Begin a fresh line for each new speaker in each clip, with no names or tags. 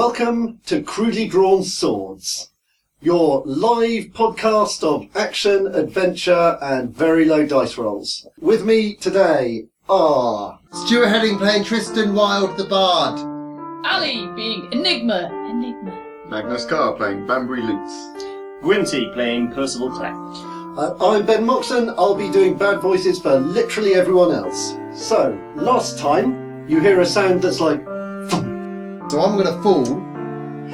Welcome to Crudely Drawn Swords, your live podcast of action, adventure, and very low dice rolls. With me today are.
Stuart Heading playing Tristan Wilde the Bard.
Ali being Enigma. Enigma.
Magnus Carr playing Banbury Lutes.
Grimty playing Percival Cleft.
Uh, I'm Ben Moxon, I'll be doing bad voices for literally everyone else. So, last time, you hear a sound that's like.
So I'm going to fall,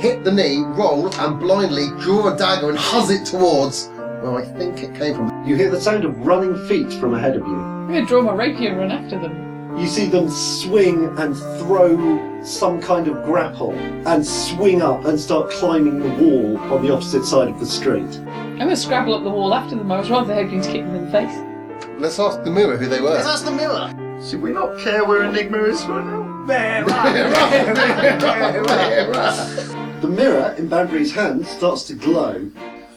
hit the knee, roll, and blindly draw a dagger and huzz it towards where I think it came from.
You hear the sound of running feet from ahead of you.
I'm gonna draw my rapier and run after them.
You see them swing and throw some kind of grapple and swing up and start climbing the wall on the opposite side of the street.
I'm gonna scrabble up the wall after them. I was rather hoping to kick them in the face.
Let's ask the mirror who they were.
the mirror. Should we not care where Enigma is right now?
mirror.
The mirror in Banbury's hand starts to glow.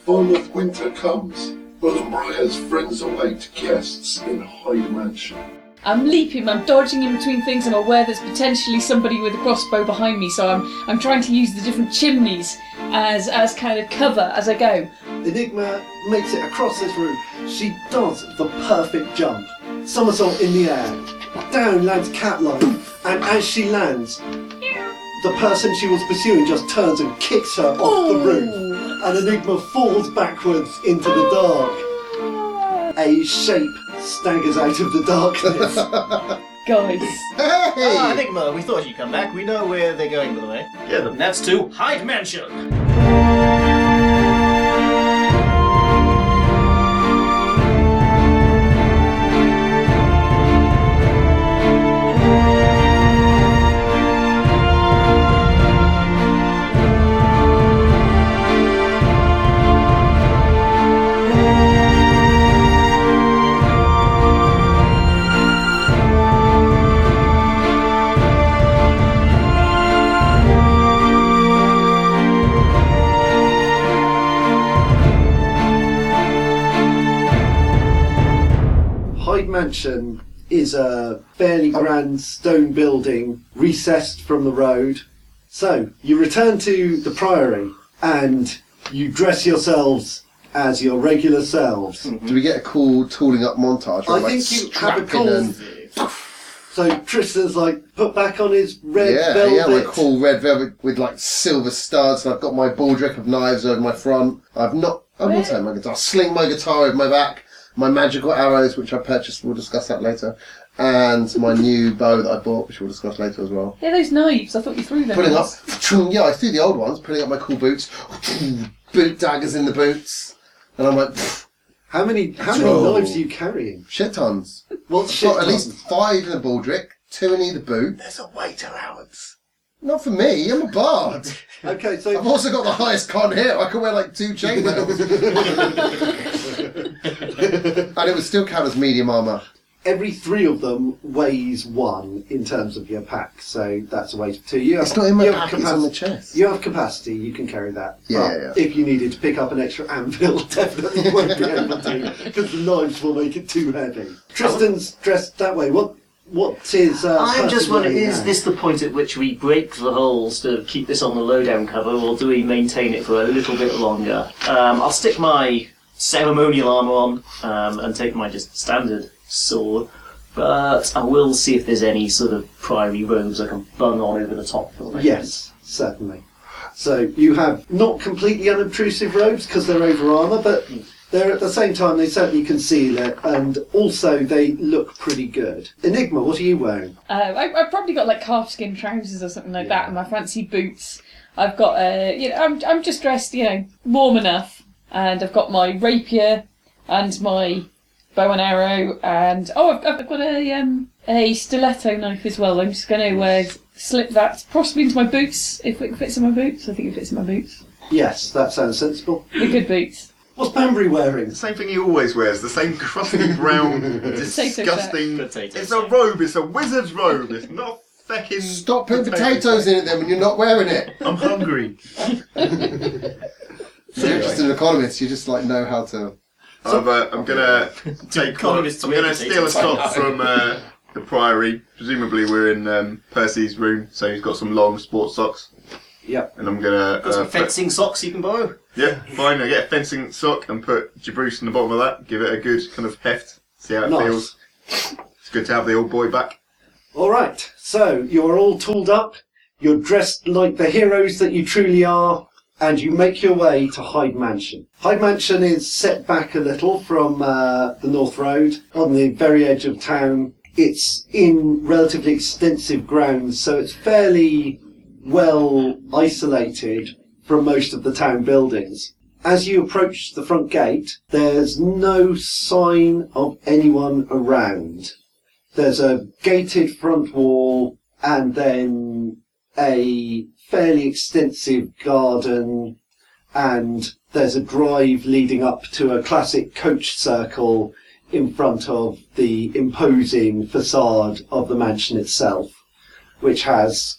Bournemouth winter comes. Bullumbria's friends await guests in Hyde Mansion.
I'm leaping, I'm dodging in between things. I'm aware there's potentially somebody with a crossbow behind me, so I'm I'm trying to use the different chimneys as as kind of cover as I go.
Enigma makes it across this room. She does the perfect jump, somersault in the air. Down lands Catline, and as she lands, the person she was pursuing just turns and kicks her off the roof, and Enigma falls backwards into the dark. A shape staggers out of the darkness.
Guys,
Oh,
Ah,
hey!
Enigma, we thought you'd come back. We know where they're going, by the way.
Yeah,
And
the
that's to Hyde Mansion.
Hyde Mansion is a fairly grand stone building recessed from the road. So you return to the Priory and you dress yourselves as your regular selves.
Do we get a cool tooling up montage?
I
where I'm, like,
think you have a
strapping
cool.
and-
So Tristan's like put back on his red
Yeah,
velvet.
yeah, my cool red velvet with like silver studs, and I've got my baldric of knives over my front. I've not. I will take my guitar. I'll sling my guitar over my back. My magical arrows, which I purchased, we'll discuss that later, and my new bow that I bought, which we'll discuss later as well.
yeah, those knives. I thought you threw them.
Putting up, yeah, I threw the old ones. Putting up my cool boots, boot daggers in the boots, and I'm like,
How many how
Draw.
many knives are you carrying?
shit tons.
Well, shit.
Got at least five in the baldric, two in either boot.
There's a weight allowance.
Not for me. I'm a bard.
Okay,
I've
so
also got the highest con here. I can wear like two chainmails. and it would still count as medium armour.
every three of them weighs one in terms of your pack. So that's a weight of two. You have,
It's not in my
you have
pack, it's on
capaci-
the chest.
You have capacity, you can carry that.
Yeah,
But
yeah,
If you needed to pick up an extra anvil, definitely you won't be able to, because the knives will make it too heavy. Tristan's dressed that way. What? What is? Uh,
I'm just
Percy
wondering,
wearing
is
now?
this the point at which we break the holes to keep this on the lowdown cover, or do we maintain it for a little bit longer? Um, I'll stick my ceremonial armour on um, and take my just standard sword, but I will see if there's any sort of priory robes I can bung on over the top. for the
Yes, certainly. So you have not completely unobtrusive robes because they're over armour, but they're at the same time they certainly conceal it, and also they look pretty good. Enigma, what are you wearing?
Uh, I, I've probably got like calfskin trousers or something like that, and my fancy boots. I've got uh, you know, I'm I'm just dressed, you know, warm enough, and I've got my rapier and my bow and arrow, and oh, I've, I've got a um a stiletto knife as well. I'm just going to uh, slip that possibly into my boots if it fits in my boots. I think it fits in my boots.
Yes, that sounds sensible.
The good boots.
What's Banbury wearing?
The same thing he always wears, the same crusty brown, disgusting.
Potato
It's a
sack.
robe, it's a wizard's robe, it's not feckin'.
Stop putting potatoes in it then when you're not wearing it.
I'm hungry.
So you're just an economist, you just like know how to.
I'm, uh, I'm gonna take. one-
economists
I'm
wear
gonna steal a
potatoes.
sock from uh, the Priory. Presumably, we're in um, Percy's room, so he's got some long sports socks.
Yeah.
and I'm gonna. uh,
Got some
put-
fencing socks you can borrow.
yeah, fine. I get a fencing sock and put Jabruce in the bottom of that. Give it a good kind of heft. See how it
Nice.
feels. It's good to have the old boy back.
All right. So you're all tooled up. You're dressed like the heroes that you truly are, and you make your way to Hyde Mansion. Hyde Mansion is set back a little from uh, the North Road on the very edge of town. It's in relatively extensive grounds, so it's fairly well isolated from most of the town buildings. As you approach the front gate, there's no sign of anyone around there's a gated front wall and then a fairly extensive garden and there's a drive leading up to a classic coach circle in front of the imposing facade of the mansion itself, which has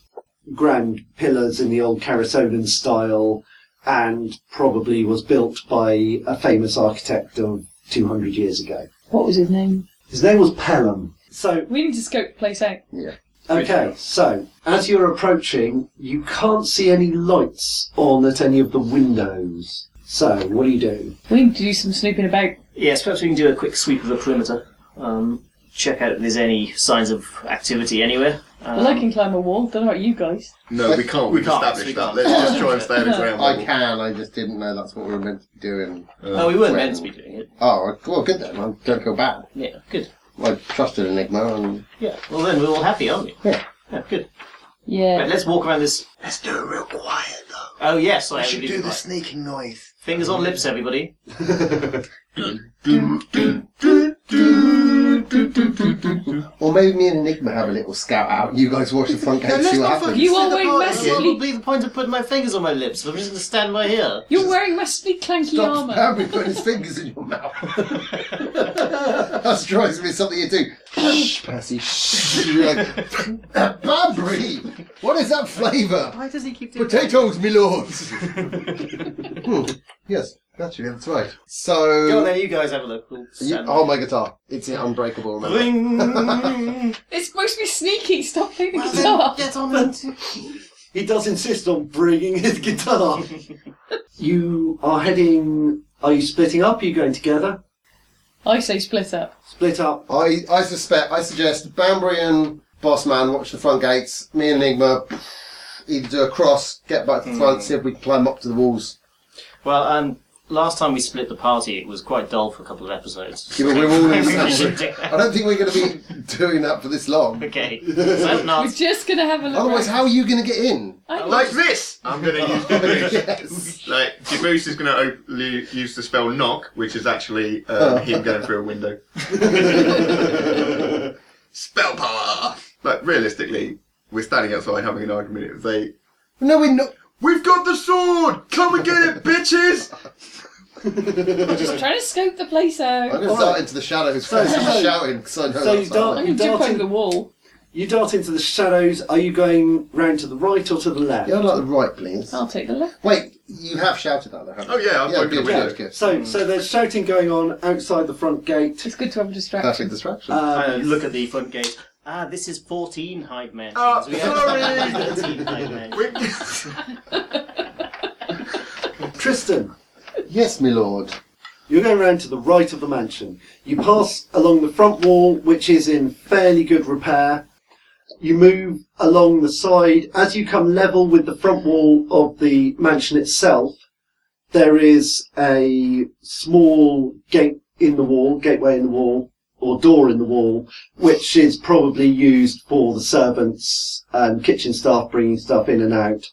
grand pillars in the old Carasolan style and probably was built by a famous architect of 200 years ago.
What was his name?
His name was Pelham. So
We need to scope the place out.
Okay, so as you're approaching, you can't see any lights on at any of the windows. So what do you do?
We need to do some snooping about.
Yes, perhaps we can do a quick sweep of the perimeter. Um, check out if there's any signs of activity anywhere. Um,
well, I can climb a wall. Don't know about you guys.
No, we can't.
We
We've
can't,
established
we
that.
can't.
Let's just try and stay on the ground.
I
level.
can, I just didn't know that's what we were meant to be doing.
Oh, we weren't meant to be doing it.
Oh, well, good then. I don't feel bad.
Yeah, good.
I trusted Enigma and.
Yeah, well then we're all happy, aren't we?
Yeah.
Yeah, good. Right,
Yeah.
let's walk around this.
Let's do it real quiet though.
Oh yes, I
I
am
should do
leaving
the
my-
sneaking noise.
Fingers on lips, everybody.
Or maybe me and Enigma have a little scout out. You guys watch the front gate and see what happens.
You are wearing
What
massively.
would be the point of putting my fingers on my lips? I'm just going to stand by here.
You're wearing massively clanky
Stop
armor.
Harry putting his fingers in your mouth. that strikes me as something you do. Shh, Percy. Shh. You're like, Barbary! What is that flavour?
Why does he keep doing
Potatoes, my lords. Hmm, Yes, actually, that's right.
Go on,
So,
there, you guys have a look. We'll
you,
stand
oh my guitar! It's unbreakable.
by.
Remember?
Ring.
It's supposed to be sneaky. Stop playing the guitar.
Get on with it.
He does insist on bringing his guitar. you are heading. Are you splitting up? Are you going together?
I say split up.
Split up.
I, I suspect, I suggest Banbury and Bossman watch the front gates. Me and Enigma either do a cross, get back to the
Hmm.
front, see if we can climb up to the walls.
Well, um, last time we split the party, it was quite dull for a couple of episodes.
Yeah, but we're all in
Maybe
the
we
same
should
room.
do that.
I don't think we're going to be doing that for this long.
Okay. So,
We're
nuts.
just gonna have a look.
Otherwise,
around.
how are you going to get in?
I don't
Like this! I'm gonna use Jabruce.
yes.
Like, Jabruce is gonna op- lu- use the spell knock, which is actually um, him going through a window. spell power! Like, realistically, we're standing outside having an argument. If they,
No, we're not.
We've got the sword! Come and get it, bitches!
just trying to scope the place
I'm going
out.
to
All
dart
right.
into the shadows
So-
so,
so-
shouting because I know
so you
that's
dart-
not-
I'm gonna dip
Darting-
over the wall.
You dart into the shadows. Are you going round to the right or to the left?
Yeah, I'd like the right, please.
I'll take the left.
Wait, you have shouted that, though, haven't
Oh,
you?
yeah, I'm
yeah,
opening
good,
the window.
good, good.
So, so there's shouting going on outside the front gate.
It's good to have a distraction.
Perfect distraction.
Uh,
Um,
look at the front gate. Ah, this is 14 Hive Men.
Oh,
we have
sorry.
14 Hive Men.
We-
Tristan.
yes, my lord.
You're going round to the right of the mansion. You pass along the front wall, which is in fairly good repair. You move along the side. As you come level with the front wall of the mansion itself, there is a small gate in the wall, gateway in the wall, or door in the wall, which is probably used for the servants and kitchen staff bringing stuff in and out.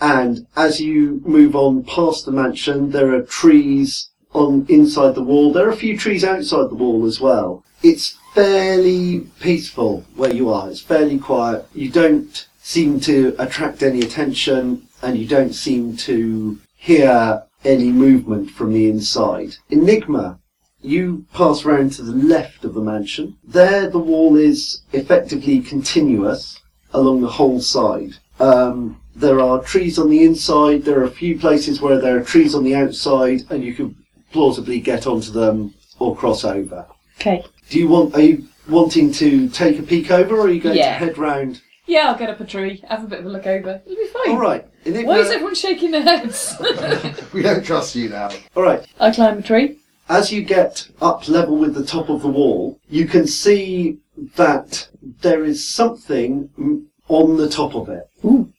And as you move on past the mansion, there are trees on inside the wall. There are a few trees outside the wall as well. It's fairly peaceful where you are. It's fairly quiet. You don't seem to attract any attention, and you don't seem to hear any movement from the inside. Enigma, you pass round to the left of the mansion. There, the wall is effectively continuous along the whole side. Um, there are trees on the inside. There are a few places where there are trees on the outside, and you can plausibly get onto them or cross over.
Okay.
Do you want? Are you wanting to take a peek over, or are you going
Yeah.
to head round?
Yeah, I'll get up a tree, have a bit of a look over. It'll be fine.
All right. uh, In it-
Why is everyone shaking their heads?
We don't trust you now.
All right.
I climb a tree.
As you get up level with the top of the wall, you can see that there is something mm, on the top of it.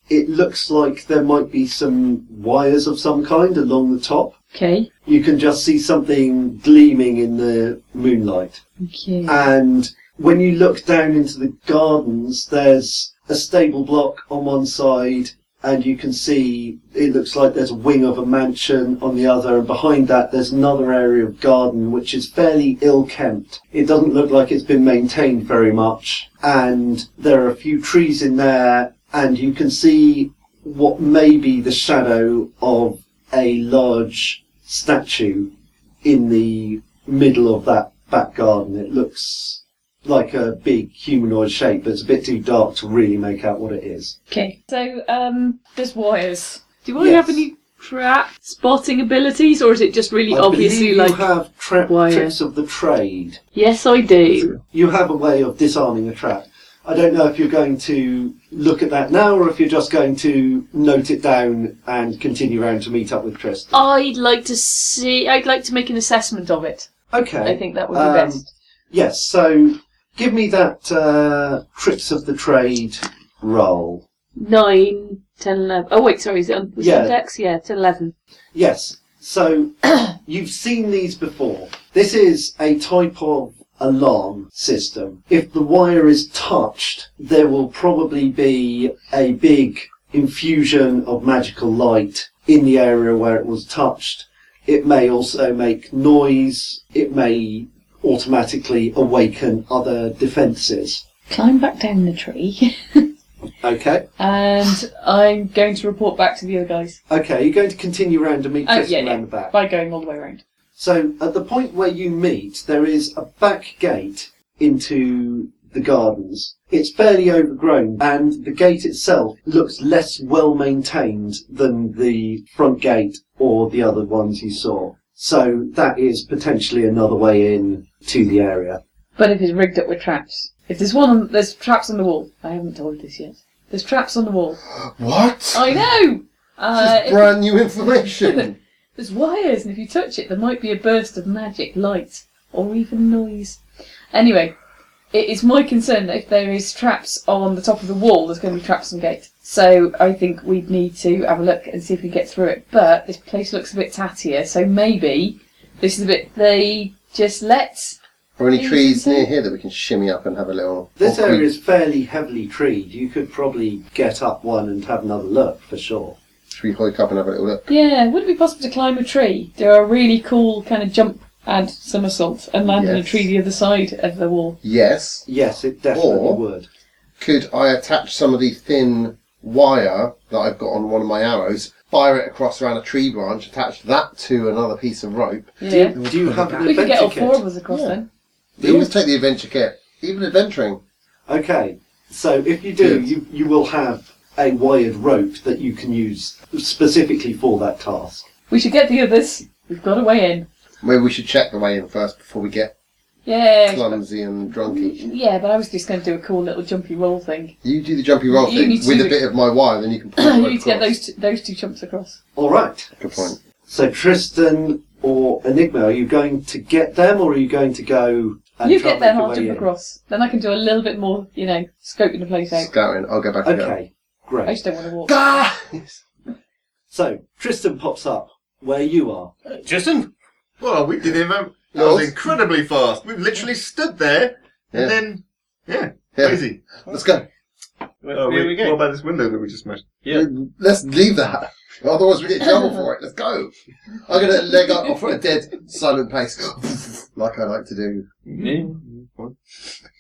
It looks like there might be some wires of some kind along the top.
Okay.
You can just see something gleaming in the moonlight.
Thank you.
And when you look down into the gardens, there's a stable block on one side, and you can see it looks like there's a wing of a mansion on the other, and behind that, there's another area of garden which is fairly ill kempt. It doesn't look like it's been maintained very much, and there are a few trees in there, and you can see what may be the shadow of a large statue in the middle of that back garden. It looks like a big humanoid shape, but it's a bit too dark to really make out what it is.
Okay. So, um, there's wires.
Do I
Yes.
have any trap spotting abilities, or is it just really
I
obviously
believe
like? uh,
you have tra-
wire.
tricks of the trade.
Yes, I do.
You have a way of disarming a trap. I don't know if you're going to look at that now or if you're just going to note it down and continue round to meet up with Tristan.
I'd like to see. I'd like to make an assessment of it.
Okay.
I think that would be
Um,
best.
Yes, so give me that uh, tricks of the trade roll.
Nine, ten, eleven. Oh wait, sorry. Is it on was it on
Yeah.
Dex? Yeah, it's eleven.
Yes. So you've seen these before. This is a type of alarm system. If the wire is touched, there will probably be a big infusion of magical light in the area where it was touched. It may also make noise. It may automatically awaken other defenses.
Climb back down the tree.
Okay.
and I'm going to report back to the other guys.
Okay, you're going to continue round and meet
Oh,
Tristan
yeah, yeah.
round the back.
By going all the way around.
So at the point where you meet, there is a back gate into the gardens. It's fairly overgrown, and the gate itself looks less well maintained than the front gate or the other ones you saw. So that is potentially another way in to the area.
But if it's rigged up with traps. If there's one, on, there's traps on the wall. I haven't told this yet. There's traps on the wall.
What?
I know! Uh, if-
Brand new information.
There's wires, and if you touch it, there might be a burst of magic, light, or even noise. Anyway, it is my concern that if there is traps on the top of the wall, there's going to be traps on the gate. So I think we'd need to have a look and see if we can get through it. But this place looks a bit tattier, so maybe this is a bit they just let.
Are any trees near here that we can shimmy up and have a little?
This
or
area
creep?
is fairly heavily treed. You could probably get up one and have another look for sure.
Should we hike up and have a little look?
Yeah, would it be possible to climb a tree? Do a really cool kind of jump and somersault and land on a
Yes.
tree the other side of the wall.
Yes.
Yes, it definitely
Or-
would.
Could I attach some of the thin wire that I've got on one of my arrows, fire it across around a tree branch, attach that to another piece of rope?
Yeah.
Do you have an
We could get all
adventure
four
kit?
of us across
Yeah.
then.
They always take the adventure kit, even adventuring.
Okay, so if you do,
Good.
you, you will have a wired rope that you can use specifically for that task.
We should get the others. We've got a way in.
Maybe we should check the way in first before we get
Yeah.
clumsy and drunky.
Yeah, but I was just going to do a cool little jumpy roll thing.
You do the jumpy roll
You
thing
need to
with
do
a
the-
bit of my wire, then you can pull
you
it
need to get
across.
those two, those two chumps across.
All right.
Good point.
So Tristan or Enigma, are you going to get them, or are you going to go? And
you
try
get
and make
there, and
your
I'll
way
jump
in?
across. Then I can do a little bit more, you know, scoping the place out.
Scouting. I'll go back and get
Okay,
I
great.
just don't want to walk.
Guys!
So Tristan pops up where you are.
Tristan?
Well, we did him. um, That was incredibly fast. We literally stood there
Yeah.
and then, yeah,
Yeah.
crazy.
Let's go.
Where,
Oh,
where
wait,
we
What
going?
about this window that we just smashed?
Yeah.
Let's leave that. Otherwise, we get in trouble for it. Let's go. I'm going to leg up off at a dead, silent pace, like I like to do. I'm going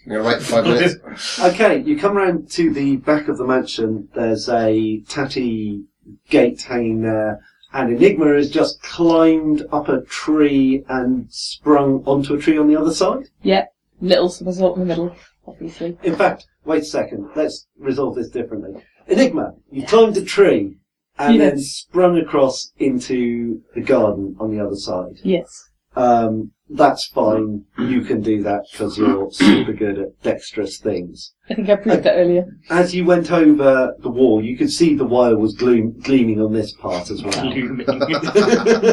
to wait for five minutes.
Okay, you come round to the back of the mansion. There's a tatty gate hanging there, and Enigma has just climbed up a tree and sprung onto a tree on the other side.
Yep. Little somersault in the middle, obviously.
In fact, wait a second. Let's resolve this differently. Enigma, you climbed a tree and then
Yes.
sprung across into the garden on the other side.
Yes.
Um, that's fine. You can do that because you're super good at dexterous things.
I think I proved that earlier.
As you went over the wall, you could see the wire was gloom- gleaming on this part as well.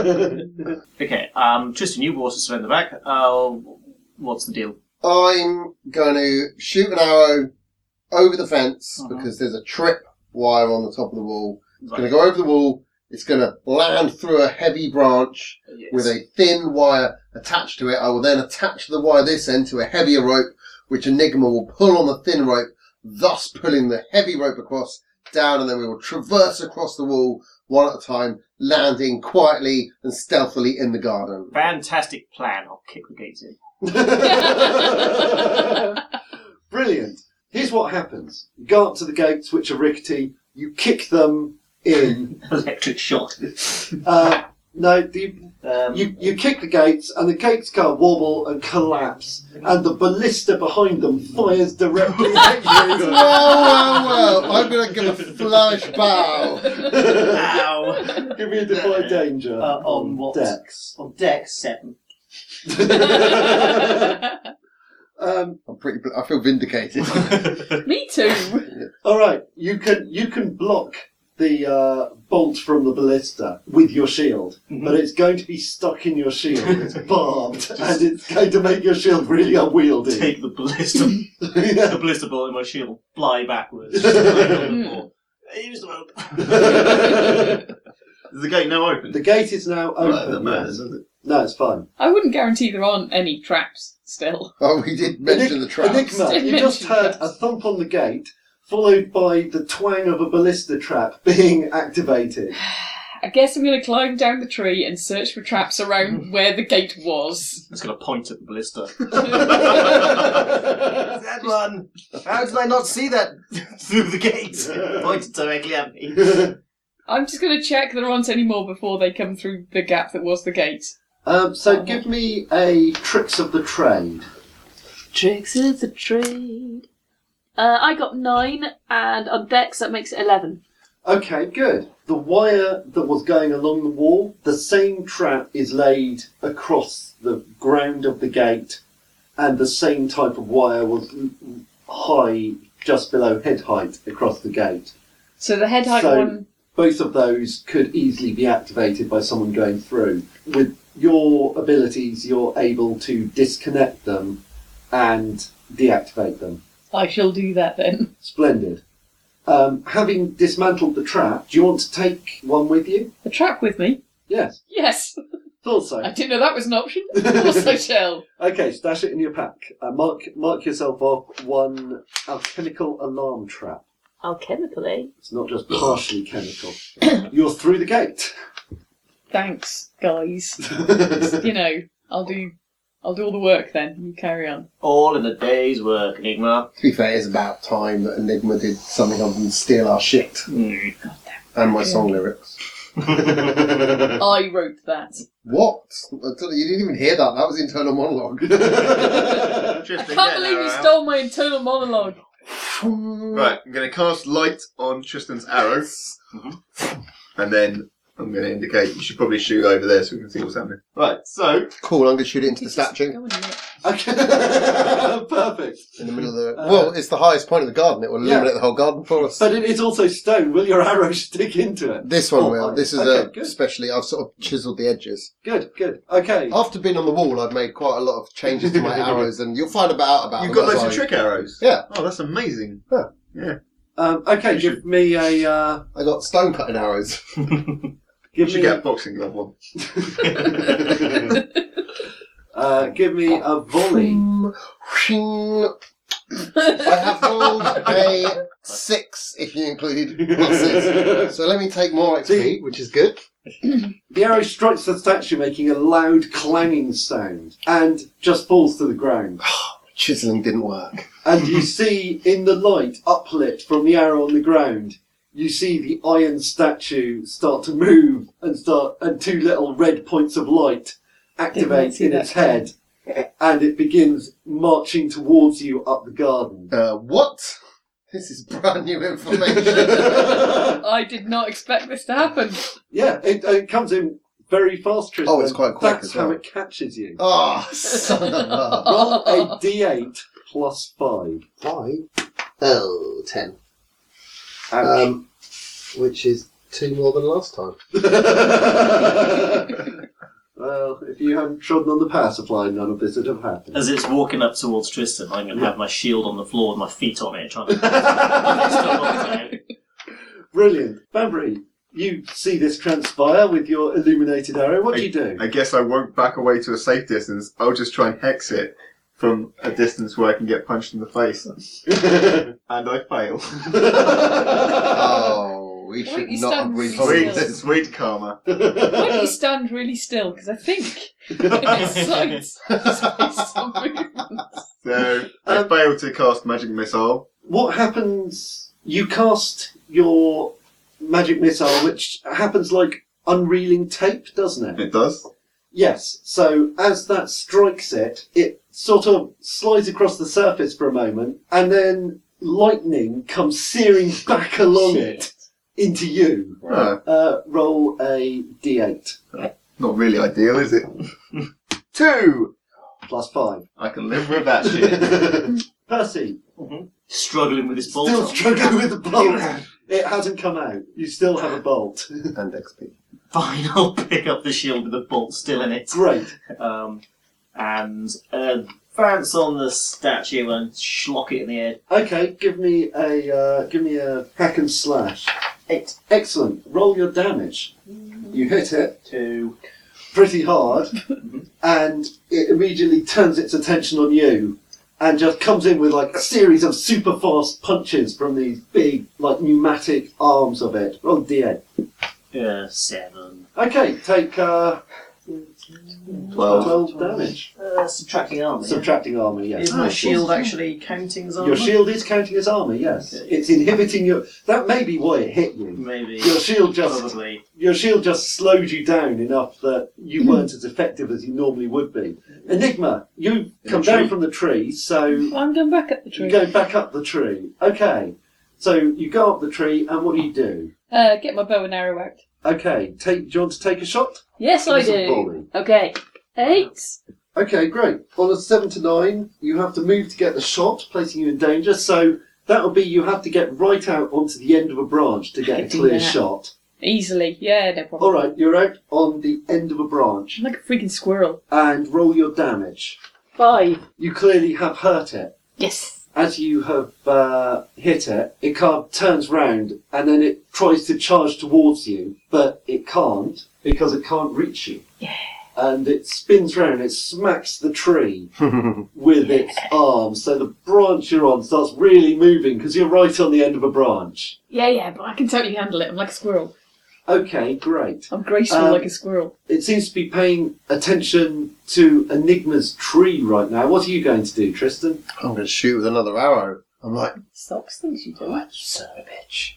okay, um, Tristan, you water in the back. Uh, what's the deal?
I'm going to shoot an arrow over the fence
Uh-huh.
because there's a trip wire on the top of the wall. It's going to go over the wall. It's going to land through a heavy branch
Yes.
with a thin wire attached to it. I will then attach the wire this end to a heavier rope, which Enigma will pull on the thin rope, thus pulling the heavy rope across down, and then we will traverse across the wall one at a time, landing quietly and stealthily in the garden.
Fantastic plan. I'll kick the gates in.
Brilliant. Here's what happens. You go up to the gates, which are rickety. You kick them in.
Electric shock.
Uh, no, you,
Um,
you, you kick the gates, and the gates go wobble and collapse, and the ballista behind them fires directly at
Well,
you.
well, well, I'm going to give a flash bow.
Ow.
Give me a defy danger.
Uh, on what?
Dex.
On deck seven.
Um,
I'm pretty. I feel vindicated.
Me too.
All right, you can you can block the uh, bolt from the ballista with your shield, but it's going to be stuck in your shield. It's barbed, and it's going to make your shield really unwieldy.
Take the ballista.
Yeah.
the ballista ball in my shield. Fly backwards. Use the rope.
Is the gate now open?
the gate is now open.
Right, that matters, doesn't it?
No, it's fine.
I wouldn't guarantee there aren't any traps still.
oh, we did mention the trap.
Enigma,
Did
you just
mention
heard
traps.
a thump on the gate, followed by the twang of a ballista trap being activated.
I guess I'm going to climb down the tree and search for traps around where the gate was.
It's going to point at the ballista.
That's
that one. How did I not see that through the gate? Pointed directly at me.
I'm just going to check there aren't any more before they come through the gap that was the gate.
Um, so give me a tricks of the trade.
Tricks of the trade. Uh, I got nine, and on Dex that makes it eleven.
Okay, good. The wire that was going along the wall, the same trap is laid across the ground of the gate, and the same type of wire was high, just below head height, across the gate.
So the head height
So-
one.
Both of those could easily be activated by someone going through. With your abilities, you're able to disconnect them and deactivate them.
I shall do that then.
Splendid. Um, having dismantled the trap, do you want to take one with you?
The trap with me?
Yes,
Yes.
thought so.
I didn't know that was an option. Of course I shall.
Okay, stash it in your pack. Uh, mark mark yourself off one alchemical alarm trap.
Alchemically.
It's not just partially chemical. You're through the gate.
Thanks, guys. you know, I'll do. I'll do all the work then. You carry on.
All in a day's work, Enigma.
To be fair, it's about time that Enigma did something other than steal our shit and my song lyrics.
I wrote that.
What? I don't- You didn't even hear that. That was internal monologue.
I
Tristan,
can't
get
believe you
an arrow out.
stole my internal monologue.
Right, I'm going to cast light on Tristan's arrow, Mm-hmm. and then I'm going to indicate you should probably shoot over there so we can see what's happening. Right, so
Cool. I'm going to shoot it into the statue
Go and look.
Okay, perfect.
in the middle of the.
Uh,
well, it's the highest point of the garden. It will illuminate
Yeah.
the whole garden for us.
But it is also stone. Will your arrow stick into it?
This one
Oh,
will.
fine.
This is
Okay,
a
good.
especially. I've sort of chiselled the edges.
Good, good. Okay.
After being on the wall, I've made quite a lot of changes to my arrows, and you'll find about
Ah,
out about.
you've
them
got
as
loads of
I-
trick arrows.
Yeah.
Oh, that's amazing.
Um, okay, give me a uh,
I got stone cutting arrows.
You
give
should
me
get a boxing glove one.
uh, give me a volley.
I have rolled a six if you include pluses. So let me take more XP, which is good.
The arrow strikes the statue, making a loud clanging sound, and just falls to the ground.
Chiseling didn't work.
and you see in the light uplit from the arrow on the ground, you see the iron statue start to move and start, and two little red points of light
Didn't
activate
see
in
that
its head, and it begins marching towards you up the garden.
Uh, what? This is brand new information.
I did not expect this to happen.
Yeah, it, it comes in very fast, Tristan.
Oh, it's quite quick
That's
as
how
well.
it catches you.
Oh, son of a.
Roll a d8 plus 5.
Five. Oh, ten.
Ouch.
Um, which is two more than last time.
well, if you hadn't trodden on the power supply, none of this would have happened.
As it's walking up towards Tristan, I'm going to have my shield on the floor with my feet on it, trying to. Stop it out.
Brilliant. Banbury, you see this transpire with your illuminated arrow. What do you do?
I guess I won't back away to a safe distance. I'll just try and hex it from a distance where I can get punched in the face. and I fail.
Oh, we
Why
should
don't you
not
stand
have reached
really
sweet,
this.
still?
sweet karma.
Why don't you stand really still? Because I think besides some movement.
So I
Um,
failed to cast magic missile.
what happens? You cast your magic missile, which happens like unreeling tape, doesn't it?
It does.
Yes. So as that strikes it, it sort of slides across the surface for a moment, and then lightning comes searing back along it into you.
Ah,
Uh, roll a d8
not really ideal, is it? Two.
plus five.
I can live with that shit.
Percy,
Struggling with this bolt.
still
on.
struggling with the bolt. It hasn't come out. You still have a bolt.
And XP.
Fine, I'll pick up the shield with the bolt still in it.
Great.
Um, and uh, advance on the statue and schlock it in the air.
Okay, give me a uh, give me a hack and slash.
Eight,
Excellent. Roll your damage. You hit it
two.
pretty hard, and it immediately turns its attention on you, and just comes in with like a series of super fast punches from these big like pneumatic arms of it. Roll d8.
Uh, seven.
Okay, take uh,
Twelve.
twelve damage.
Uh, subtracting armor. yeah?
Subtracting armor. Yes.
Is my
Nice.
shield actually counting as armor?
Your shield is counting as armor, yes.
Okay.
It's inhibiting your. That may be why it hit you.
Maybe.
Your shield just
Probably.
your shield just slowed you down enough that you weren't as effective as you normally would be. Enigma, you
In
come
a tree.
down from the tree, so you
I'm going back up the tree.
go back up the tree. Okay, so you go up the tree, and what do you do?
Uh, get my bow and arrow out.
Okay, take. Do you want to take a shot?
Yes, I
Give us a
do.
bowling.
Okay. Eight.
Okay, great. On a seven to nine, you have to move to get the shot, placing you in danger. So that will be you have to get right out onto the end of a branch to get a
Hitting
clear
that.
shot.
Easily. Yeah, no problem.
All right, you're out on the end of a branch
I'm like a freaking squirrel.
and roll your damage.
Five.
You clearly have hurt it.
Yes.
As you have uh, hit it, it can't, turns round and then it tries to charge towards you, but it can't because it can't reach you. And it spins round, it smacks the tree with its arm, so the branch you're on starts really moving because you're right on the end of a branch.
Yeah, yeah,
I can totally handle it. I'm like a squirrel.
Okay, great.
I'm graceful
Um,
like a squirrel.
it seems to be paying attention to Enigma's tree right now. What are you going to do, Tristan?
I'm going to shoot with another arrow. I'm like,
Socks things you do.
"What, son of a bitch.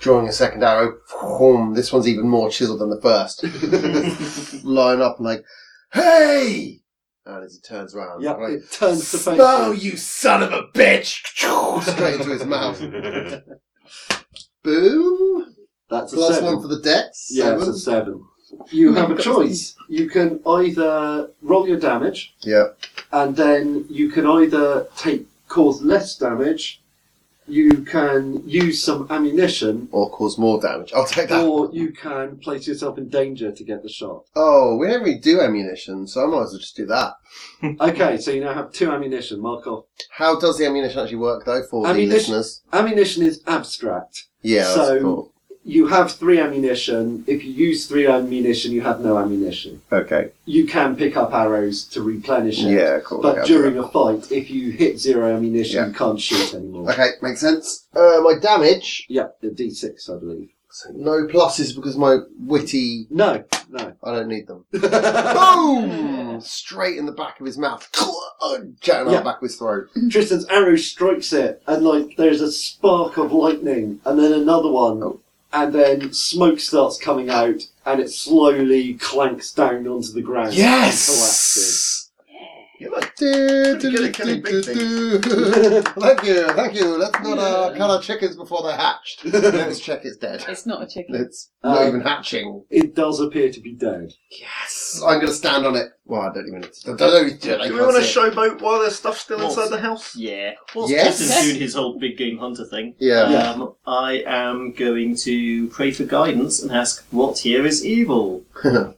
Drawing a second arrow. Whoom, This one's even more chiseled than the first. Line up and like, hey! And as he turns around,
Yeah,
I'm like,
it turns to face
"Smell,
you.
you son of a bitch! Straight into his mouth. Boom!
That's a
Plus
seven.
one for the dex.
yeah,
Seven.
it's a seven. You have a choice. You can either roll your damage,
Yeah.
and then you can either take cause less damage. You can use some ammunition,
Or cause more damage. I'll take that.
or you can place yourself in danger to get the shot.
Oh, we don't really do ammunition, so I might as well just do that.
Okay, so you now have two ammunition. Mark off.
How does the ammunition actually work, though, for
Ammunition-
the listeners?
Ammunition is abstract.
Yeah,
So-
that's cool.
you have three ammunition. If you use three ammunition, you have no ammunition.
Okay.
You can pick up arrows to replenish it.
Yeah, cool.
But
Okay, I'll do
during a fight, if you hit zero ammunition,
Yeah.
you can't shoot anymore.
Okay, makes sense. Uh, my damage.
Yeah, the D6, I believe.
So no pluses because my witty.
No, no.
I don't need them. Boom! Straight in the back of his mouth. Jetting out
Yeah.
the back of his throat.
Tristan's arrow strikes it, and like there's a spark of lightning, and then another one,
Oh.
and then smoke starts coming out, and it slowly clanks down onto the ground. and collapses.
Yes! You're like
good at killing big
Thank you, thank you. Let's not uh, cut our chickens before they're hatched. Let's check it's dead.
It's not a chicken.
It's not
Um,
even hatching.
It does appear to be dead.
Yes, I'm going to stand on it. Well, I don't even. I don't even do it. I
Do we
can't
want to
see it.
showboat while there's stuff still
Well,
inside the house?
Yeah. Whilst
Yes.
Justin's doing his whole big game hunter thing,
Yeah.
um, I am going to pray for guidance and ask what here is evil.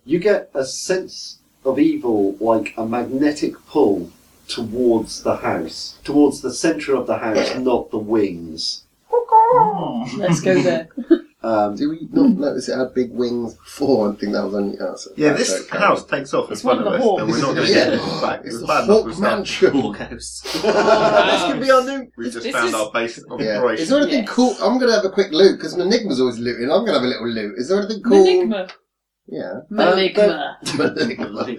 You get a sense of evil like a magnetic pull towards the house, towards the centre of the house, not the wings.
Let's go there.
Um,
Do we not notice it had big wings before and think that was only us?
Yeah,
That's
this
okay.
house takes off in
It's
front
one of
of us,
the
and we're not going to get it back. It
It's
was
the
bad enough
Hawk
with that.
Mansion.
This could be our new. We
This-
just
this
found
is-
our base of
Yeah. Is
operation.
there anything
Yes.
cool? I'm going to have a quick loot because Manigma's always looting. I'm going to have a little loot. Is there anything cool? Um,
Enigma.
Yeah.
Maligma.
Manigma.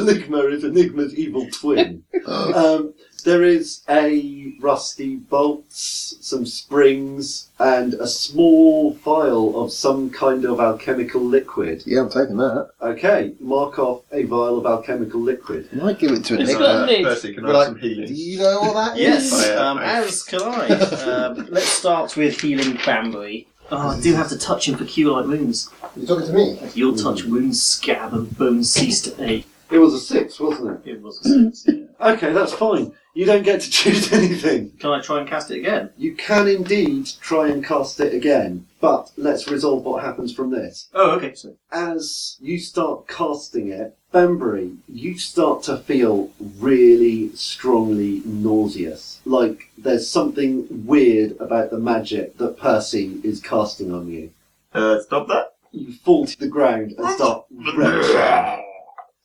Enigma is Enigma's evil twin. um, there is a rusty bolt, some springs, and a small vial of some kind of alchemical liquid.
yeah, I'm taking that.
Okay, mark off a vial of alchemical liquid.
Might give it to
It's
Enigma.
got a lid.
Uh, Percy, can I
We're
have
like,
some
Do
healing?
you know all that?
Yes,
is?
Oh, yeah,
um,
thanks.
as can I. Um, let's start with healing Bambury. Oh, I do have to touch him for cure-like wounds.
You're talking to me.
You'll touch wounds, scab, and bones cease to ache.
It was a six, wasn't
It was a six, yeah.
it? Okay, that's fine. You don't get to choose anything.
Can I try and cast it again?
You can indeed try and cast it again, but let's resolve what happens from this.
Oh, okay. So,
as you start casting it, Bambury, you start to feel really strongly nauseous. Like there's something weird about the magic that Percy is casting on you.
Uh, stop that.
You fall to the ground and start retching,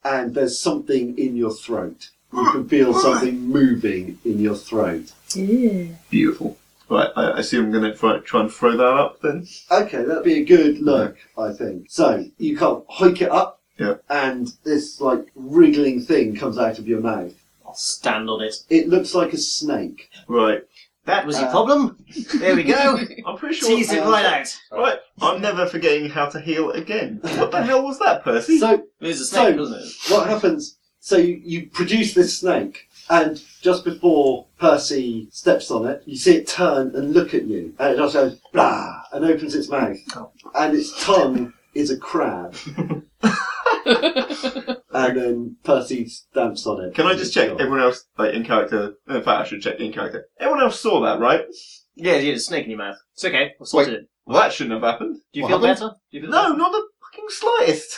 and there's something in your throat. You can feel something moving in your throat.
Beautiful. Right, I I assume I'm going to try and throw that up then.
Okay, that'd be a good look, I think. So you can't hike it up,
Yeah.
and this like wriggling thing comes out of your mouth.
I'll stand on it.
It looks like a snake.
Right.
That was your
Uh,
problem. There we go.
I'm pretty sure.
Tease it right out.
Right, I'm never forgetting how to heal again. What the hell was that, Percy?
So
It was a
So-
snake, wasn't it?
what happens? So you, you produce this snake, and just before Percy steps on it, you see it turn and look at you, and it just goes blah and opens its mouth,
Oh.
and its tongue is a crab. and then Percy stamps on it.
Can I just check everyone else, like in character? In fact, I should check in character. Everyone else saw that, right?
Yeah, you had a snake in your mouth. It's okay. I'll sort
Wait.
it.
Well, that shouldn't have happened.
Do you
What
feel
happened?
better? Do you feel
No, not the fucking
better?
slightest.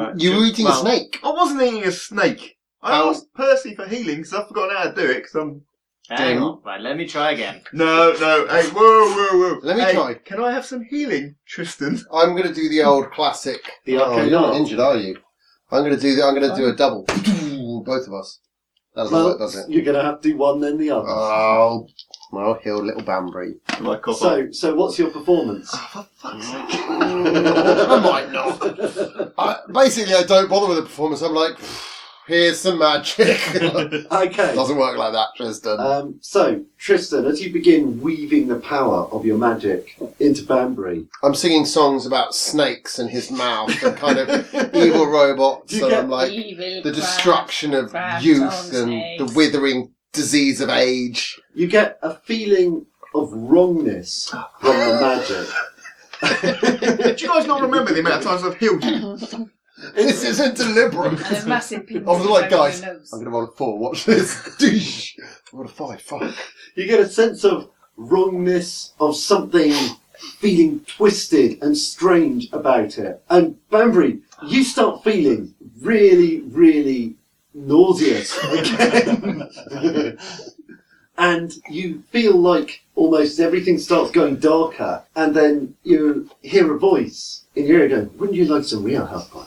Alright,
You were
sure.
eating a
Well,
snake.
I wasn't eating a snake. I
Oh.
asked Percy for healing because I've forgotten how to do it. Because I'm
Hang on. Ah, Right, let me try again.
no, no. Hey, whoa, whoa, whoa.
Let me
Hey,
try.
Can I have some healing, Tristan?
I'm going to do the old classic.
The
oh,
arcane
you're not
art.
injured, are you? I'm going to do. The, I'm going to do a double. Both of us. That doesn't
Well,
work, does it?
you're going to have to do one then the other.
Oh, well, heal little Bambury.
Am I cop
so, so what's your performance?
I might not. I, basically, I don't bother with the performance. I'm like, here's some magic.
Okay.
doesn't work like that, Tristan.
Um, so, Tristan, as you begin weaving the power of your magic into Banbury,
I'm singing songs about snakes and his mouth and kind of evil robots,
Do you
and
get
I'm like
Evil
the
crab.
destruction of
crab
youth
songs,
and the
snakes.
withering disease of age.
you get a feeling of wrongness from the magic.
Do you guys not remember the amount of times I've healed you?
This isn't deliberate.
And a massive
I was like, guys,
Your
I'm
nose.
going to roll a four. Watch this. Doosh. I rolled a five. Fuck.
You get a sense of wrongness, of something feeling twisted and strange about it. And Banbury, you start feeling really, really nauseous again. and you feel like almost everything starts going darker. And then you hear a voice in your ear going, Wouldn't you like some real help? Boy?"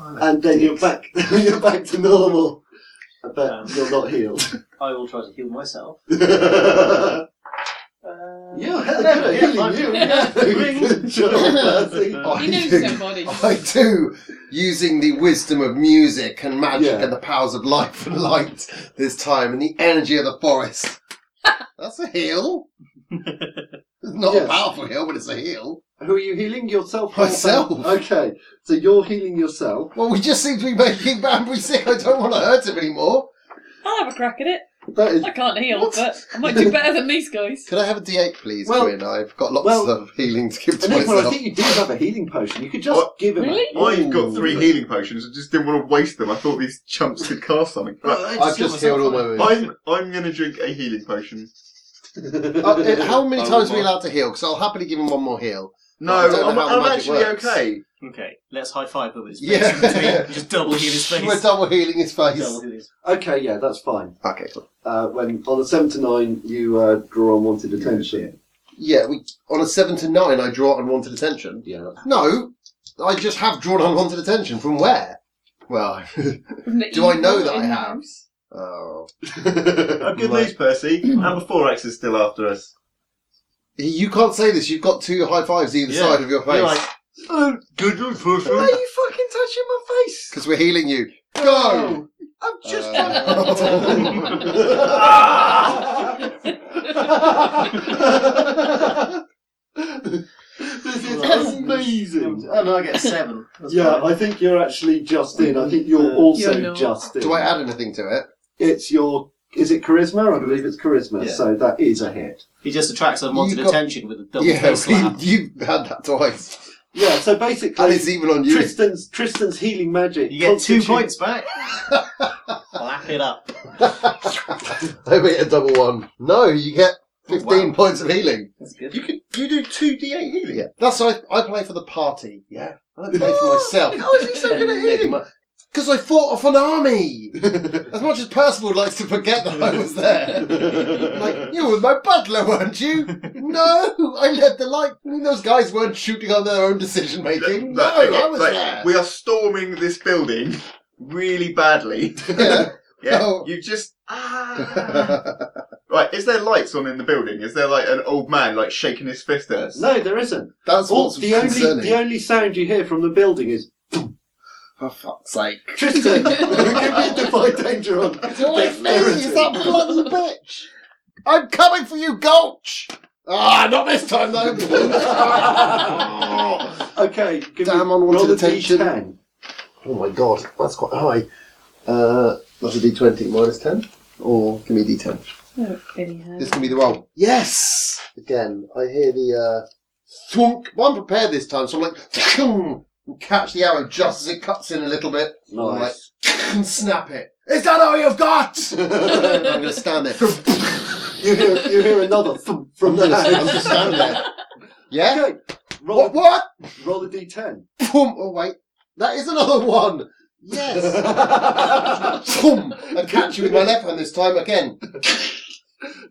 And then you're back, you're back to normal. But
Um,
you're not healed.
I will try to heal myself. Uh,
You're hella good at
Yeah,
healing you. Um, Yeah. Good job, Percy.
I
You know
do.
somebody.
I do. Using the wisdom of music and magic
Yeah.
and the powers of life and light this time and the energy of the forest. That's a heal. It's not a
Yes.
powerful heal, but it's a heal.
Who are you healing? Yourself? or
Myself.
Bam- Okay, so you're healing yourself.
Well, we just seem to be making Bambury sick. I don't want to hurt him anymore.
I'll have a crack at it.
That is.
I can't heal,
What?
but I might do better than these guys.
Could I have a D8, please,
Well-
Quinn? I've got lots
well-
of healing to give to
And then, well, I
myself.
think you do have a healing potion. You could just
What?
give him. a-
Really?
I've got
Ooh.
three healing potions. I just didn't want to waste them. I thought these chumps could cast something. Right.
I've just healed all my wounds.
I'm I'm gonna drink a healing potion.
Uh, uh, how many
Oh,
Um,
times are we
my-
allowed to heal? Because I'll happily give him one more heal.
No,
I don't know
I'm,
how
I'm
magic
actually
works.
okay.
Okay, let's high five over his face.
Yeah.
in between. Just double heal his face.
We're double healing his face.
Double heal his-
Okay, yeah, that's fine.
Okay, cool.
Uh, when on a seven to nine, you uh, draw unwanted attention.
Yeah, we, on a 7 to 9, I draw unwanted attention.
Yeah.
No, I just have drawn unwanted attention. From where? Well,
From the
Do I know
evil
that I
in the
have?
house.
oh.
Uh, good
Right.
news, Percy. Number Forex is still after us.
You can't say this. You've got two high fives either
Yeah.
side of your face.
You're like, oh, good news, Percy. Why are you fucking touching my face?
Because we're healing you. Go!
I'm just.
Uh, Ah!
This is
Right.
amazing.
Oh no, I get a seven. That's
Yeah,
fine.
I think you're actually just in. I think you're
Yeah.
also
You're not.
just in.
Do I add anything to it?
It's your. Is it charisma? I believe it's charisma.
Yeah.
So that is a hit.
He just attracts unwanted
You got-
attention with a double
Yeah,
face slap.
you, you had that twice.
Yeah. So basically,
And it's even on you.
Tristan's Tristan's healing magic.
You get two
constitutes-
points back. Lap it up.
I made a double one. No, you get 15
Oh, Wow.
points of healing.
That's good.
You can you do two d8 healing.
Yeah. That's why I, I play for the party. Yeah. I don't play for myself.
How is he so good at healing?
Because I fought off an army. as much as Percival likes to forget that I was there. like, you were with my butler, weren't you? no, I led the light. I mean, those guys weren't shooting on their own decision making. No,
Look, okay,
I was
like,
there.
We are storming this building really badly.
Yeah.
Yeah,
No.
you just ah. right. Is there lights on in the building? Is there like an old man like shaking his fist at us?
No, there isn't.
That's
All,
what's
the only
concerning.
the only sound you hear from the building is
For Oh, fuck's sake.
Tristan. you can defy danger on.
It's always me,
dexterity."
it's that bloody bitch! I'm coming for you, Gulch! Ah, not this time though! oh
Okay, give
Damn
me
unwanted
roll a
attention.
D10.
my god, that's quite high. Uh, that's a d20 minus 10, or give me a d10.
Oh, bloody hell.
This can be the roll. Yes! Again, I hear the uh, thwonk. Well, I'm prepared this time, so I'm like, thwong, and catch the arrow just as it cuts in a little bit. I'm like,
Nice.
and snap it. Is that all you've got? I'm going to stand there.
You hear you hear another thump from the
I'm just,
house.
I'm just standing there. Yeah?
Okay, roll
What? What?
a, roll a D10.
Boom! Oh, wait. That is another one! Yes! Boom! I catch you with my left hand this time again.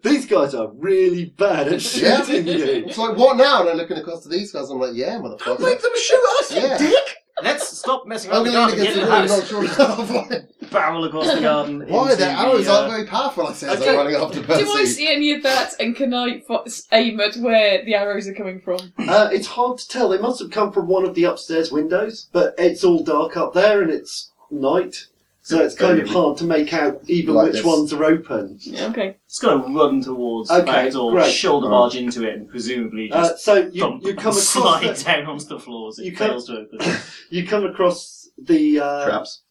These guys are really bad at
Yeah.
shooting you.
It's like, what now? And I'm looking across to these guys, I'm like, yeah, motherfucker. Make them shoot us, yeah.
Let's stop messing
I'm
Oh,
around.
going
with
to
the
lean
garden. Get
against
in
the
the
wall and knock
house.
sure off.
Barrel across the garden.
Why?
into
Their arrows
the, uh,
aren't very powerful, I say, as
Okay.
I'm running after Percy.
Do I see any of that, and can I fo- aim at where the arrows are coming from?
Uh, it's hard to tell. They must have come from one of the upstairs windows, but it's all dark up there and it's night, so it's kind of hard to make out even
Like
which
this.
ones are open.
Okay.
It's going to run towards
Okay,
that door,
great.
shoulder barge into it, and presumably
Uh,
just
so you,
thump
you
and
come across
slide
the,
down onto the floors. It
You come-
fails to open.
you come across the uh,
Traps.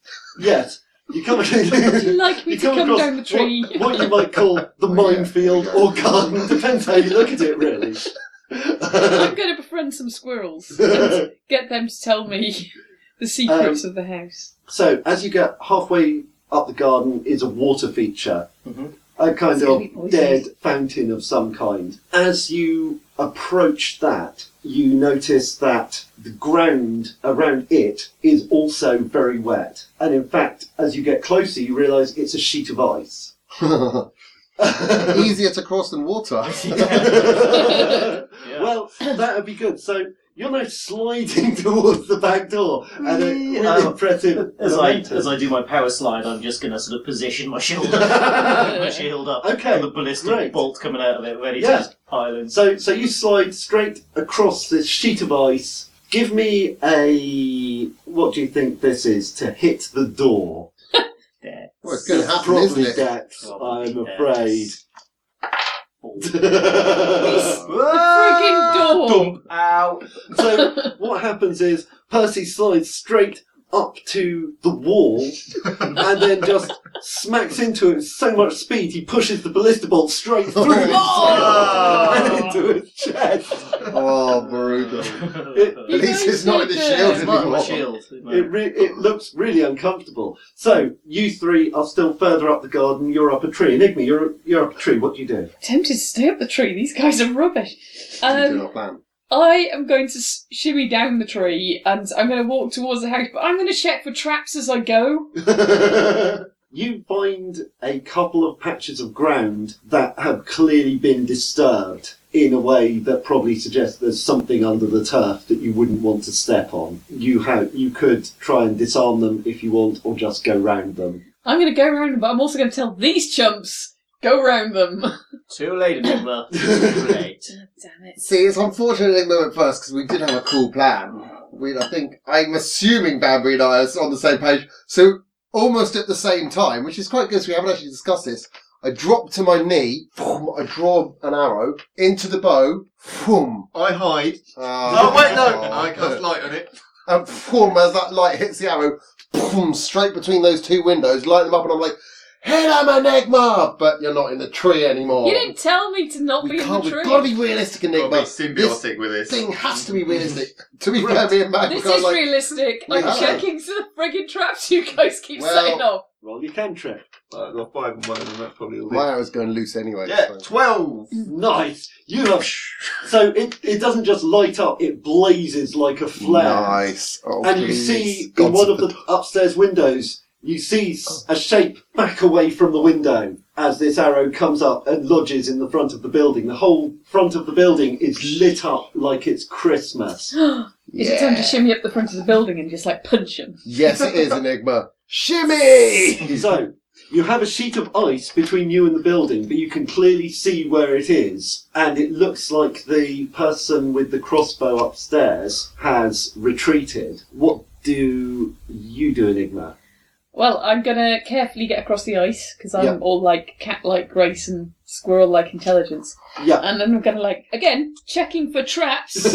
Yes, you come
Would you
across.
like me
You
to
come
come
across
down the tree?
What, what you might call the minefield or garden, depends how you look at it, really.
I'm going to befriend some squirrels and get them to tell me the secrets
Um,
of the house.
So, as you get halfway up the garden, is a water feature,
Mhm.
a kind
Mm-hmm. It's gonna be
of
poisoned.
dead fountain of some kind. As you approach that, you notice that the ground around it is also very wet, and in fact, as you get closer, you realise it's a sheet of ice.
Easier to cross than water.
Yeah.
Well, that would be good. So. You're now sliding towards the back door, and a really
Um,
impressive.
As I
momentum.
as I do my power slide, I'm just going to sort of position my shield, my shield up,
Okay,
and the ballistic
great.
bolt coming out of it, ready
Yeah.
to just pile in.
So, so you slide straight across this sheet of ice. Give me a. What do you think this is to hit the door?
There.
Well, it's going to happen,
Probably
isn't it?
dex, I'm afraid.
ball.
Ah,
Friggin' door!
Dump.
Ow.
So what happens is Percy slides straight up to the wall and then just smacks into it with so much speed he pushes the ballista bolt straight through his and into his chest.
Oh, brutal. At
You
least
guys
it's not in the
did
shield
It's not my
anymore.
shield.
It, re- it looks really uncomfortable. So you three are still further up the garden. You're up a tree. Enigma, you're you're up a tree. What do you do?
Tempted to stay up the tree. These guys are rubbish.
Do
Um,
not plan.
I am going to s- shimmy down the tree and I'm going to walk towards the house, but I'm going to check for traps as I go.
you find a couple of patches of ground that have clearly been disturbed in a way that probably suggests there's something under the turf that you wouldn't want to step on. You have you could try and disarm them if you want, or just go round them.
I'm going to go around them, but I'm also going to tell these chumps, go round them.
Too late, Enigma. Too late.
Damn it.
See, it's unfortunate they know at first because we did have a cool plan. We, I think, I'm assuming Bambi and I are on the same page. So almost at the same time, which is quite good. So we haven't actually discussed this. I drop to my knee. boom, I draw an arrow into the bow. boom.
I hide.
Ah,
Oh, wait, no!
oh,
I cast light on it.
And boom, as that light hits the arrow, boom, straight between those two windows, light them up, and I'm like, "Hit 'em, Enigma!" But you're not in the tree anymore.
You didn't tell me to
Oh.
not
we
be in the
can't. We've
tree.
got to be realistic, Enigma.
I'll be
This-
symbiotic with this.
thing has to be realistic. to be fair, me and Mac were
This
kind
is
of like,
realistic.
We
I'm
have.
checking for the friggin' traps you guys keep
Well-
setting off.
Roll your cantrip.
Well, I've got five and one, and that's probably all.
my
it.
arrow's going loose anyway.
Yeah,
so-
twelve.
Nice. You have. So it, it doesn't just light up; it blazes like a flare.
Nice. Oh,
and you
please.
see in
God,
one of the upstairs windows, you see s- a shape back away from the window as this arrow comes up and lodges in the front of the building. The whole front of the building is lit up like it's Christmas.
Is it time to shimmy up the front of the building and just like punch them?
Yes, it is Enigma. Shimmy.
so you have a sheet of ice between you and the building, but you can clearly see where it is, and it looks like the person with the crossbow upstairs has retreated. What do you do, Enigma?
Well, I'm gonna carefully get across the ice because I'm
Yeah.
all like cat-like grace and squirrel-like intelligence,
Yeah.
and then I'm gonna like again checking for traps.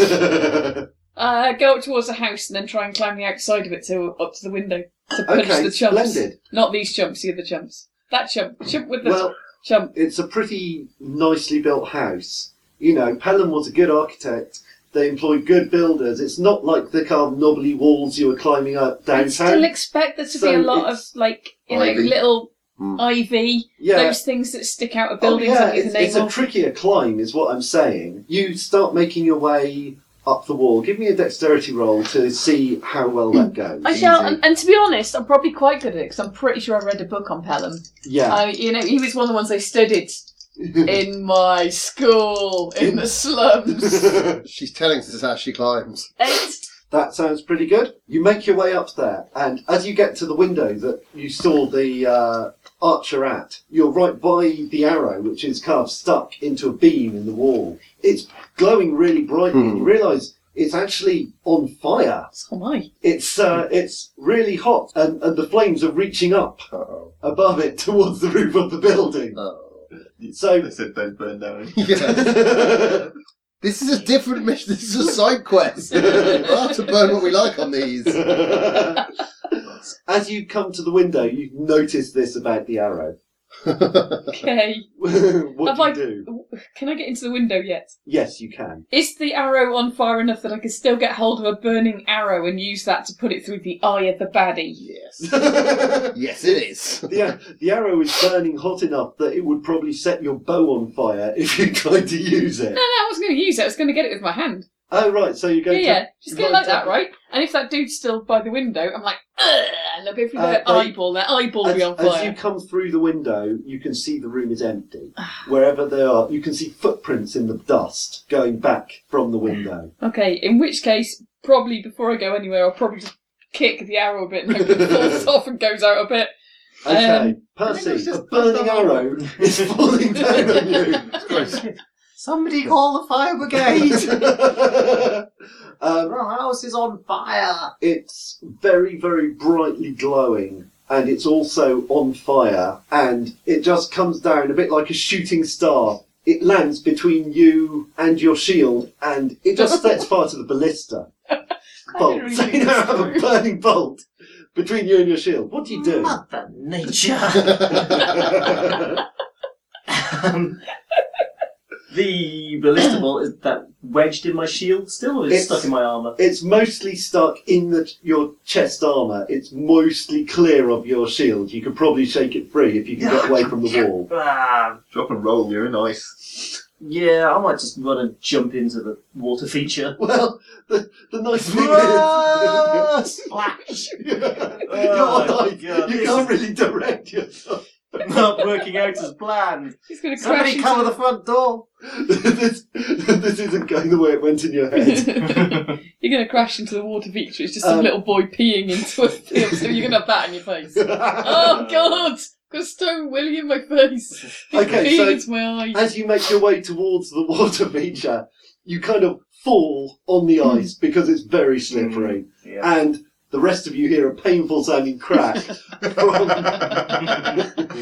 uh, go up towards the house and then try and climb the outside of it to up to the window to punch
Okay,
the chumps.
splendid.
Not these chumps, the other chumps. That chump, chump with the
Well,
chump.
it's a pretty nicely built house. You know, Pelham was a good architect. They employed good builders. It's not like the kind of knobbly walls you were climbing up
I still
downtown.
expect there to be
so
a lot of
it's Hmm.
like you know
ivy.
little ivy,
Yeah.
those things that stick out of
Oh,
buildings
yeah,
under the
it's, it's a
navel.
trickier climb, is what I'm saying. You start making your way up the wall. Give me a dexterity roll to see how well that goes.
Hmm. I shall, and, and to be honest, I'm probably quite good at it because I'm pretty sure I read a book on Pelham.
Yeah.
I, you know, he was one of the ones I studied in my school in the slums.
She's telling us how she climbs.
Eight.
That sounds pretty good. You make your way up there, and as you get to the window that you saw the uh, archer at, you're right by the arrow, which is kind of stuck into a beam in the wall. It's glowing really brightly, and
Hmm.
you realise it's actually on fire.
So am I.
It's uh, it's really hot, and, and the flames are reaching up
Uh-oh.
above it towards the roof of the building.
Oh.
So
They said don't burn down.
Yeah. This is a different mission. This is a side quest. we have to burn what we like on these.
as you come to the window, you notice this about the arrow.
Okay.
what
Have
do
I-
you do?
Can I get into the window yet?
Yes, you can.
Is the arrow on fire enough that I can still get hold of a burning arrow and use that to put it through the eye of the baddie?
Yes.
the,
Yes, it is.
ar- the arrow is burning hot enough that it would probably set your bow on fire if you tried to use it.
No, no, I wasn't going to use it. I was going to get it with my hand.
Oh, right, so you're
Yeah,
going
yeah.
to.
Just get it
right
like that,
up.
right? And if that dude's still by the window, I'm like, Ugh, and they'll go through
Uh,
their
they-
eyeball. Their eyeball will be on
As, as you
fire.
come through the window, you can see the room is empty. Wherever they are, you can see footprints in the dust going back from the window.
Um,
Okay, in which case, probably before I go anywhere, I'll probably just kick the arrow a bit and hope it falls off and goes out a bit.
Okay,
Um,
I think it
Percy,
was just
a burning
the arrow.
arrow is falling down on you.
Somebody call the fire brigade.
um,
Our house is on fire.
it's very, very brightly glowing, and it's also on fire, and it just comes down a bit like a shooting star it lands between you and your shield, and it just sets fire to the ballista bolt.
didn't really
so you
think
now
this
have a
through.
burning bolt between you and your shield. What do you do?
Mother nature.
Ah.
um, the ballista bolt is that wedged in my shield still, or is it
It's-
stuck in my armour?
It's mostly stuck in the, your chest armor. It's mostly clear of your shield. You could probably shake it free if you can get away from the wall.
Ah,
Drop and roll, you're in ice.
yeah, I might just run and jump into the water feature.
Well, the, the nice thing is,
Ah, Splash!
you're
Oh,
alive.
God.
You can't really direct yourself.
Not working out as planned.
He's going to crash
Somebody
into
cover the front door.
this, this isn't going the way it went in your head.
you're going to crash into the water feature. It's just some
Um,
little boy peeing into a field, so you're going to have that in your face. oh God! Got stone willy in my face. He's
Okay,
peeing
so-
into my eyes.
As you make your way towards the water feature, you kind of fall on the ice because it's very slippery.
Yeah.
And the rest of you hear a painful sounding crack from,
Uh,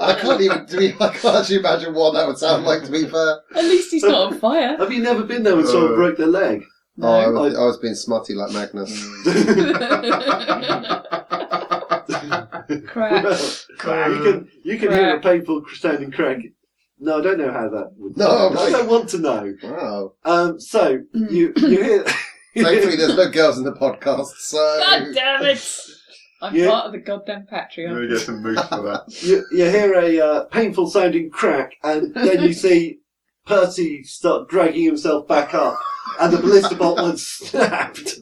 I can't even. To be, I can't actually imagine what that would sound like. To be fair,
At least he's not on fire.
Have you never been there when someone
Uh.
broke their leg?
oh, I
No.
was, I was being smarty like Magnus.
Crap.
Well, you can you can hear a painful sounding crack. No, I don't know how that would.
No,
I
right.
don't want to know.
Wow.
Um, so you you hear.
Thankfully, there's no girls in the podcast,
God
so
damn it! I'm
Yeah.
part of the goddamn Patreon.
Really get some mood for that.
you, you hear a uh, painful sounding crack, and then you see Percy start dragging himself back up, and the ballista bolt one snapped,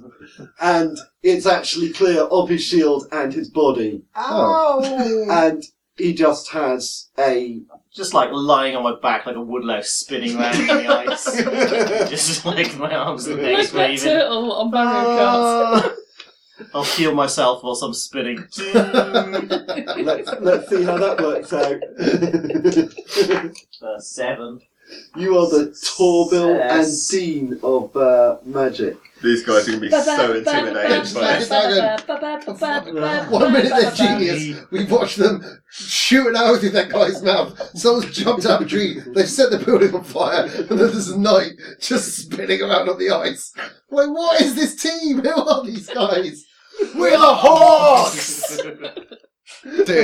and it's actually clear of his shield and his body,
Oh,
Ow!
and he just has a
just like lying on my back like a woodlouse spinning round in the ice. just like my arms and
Like
legs
that
waving.
turtle on Mario Kart.
I'll heal myself whilst I'm spinning.
let's let's see how that works out.
Uh, seven.
You are the Torbil
Yes.
and Dean of uh, magic.
These guys are going to be so intimidated by it.
one minute they're genius. We watched them shoot an arrow through that guy's mouth. Someone's jumped out of a tree. They've set the building on fire, and then there's a knight just spinning around on the ice. Like, what is this team? Who are these guys? We're the Hawks. Oh,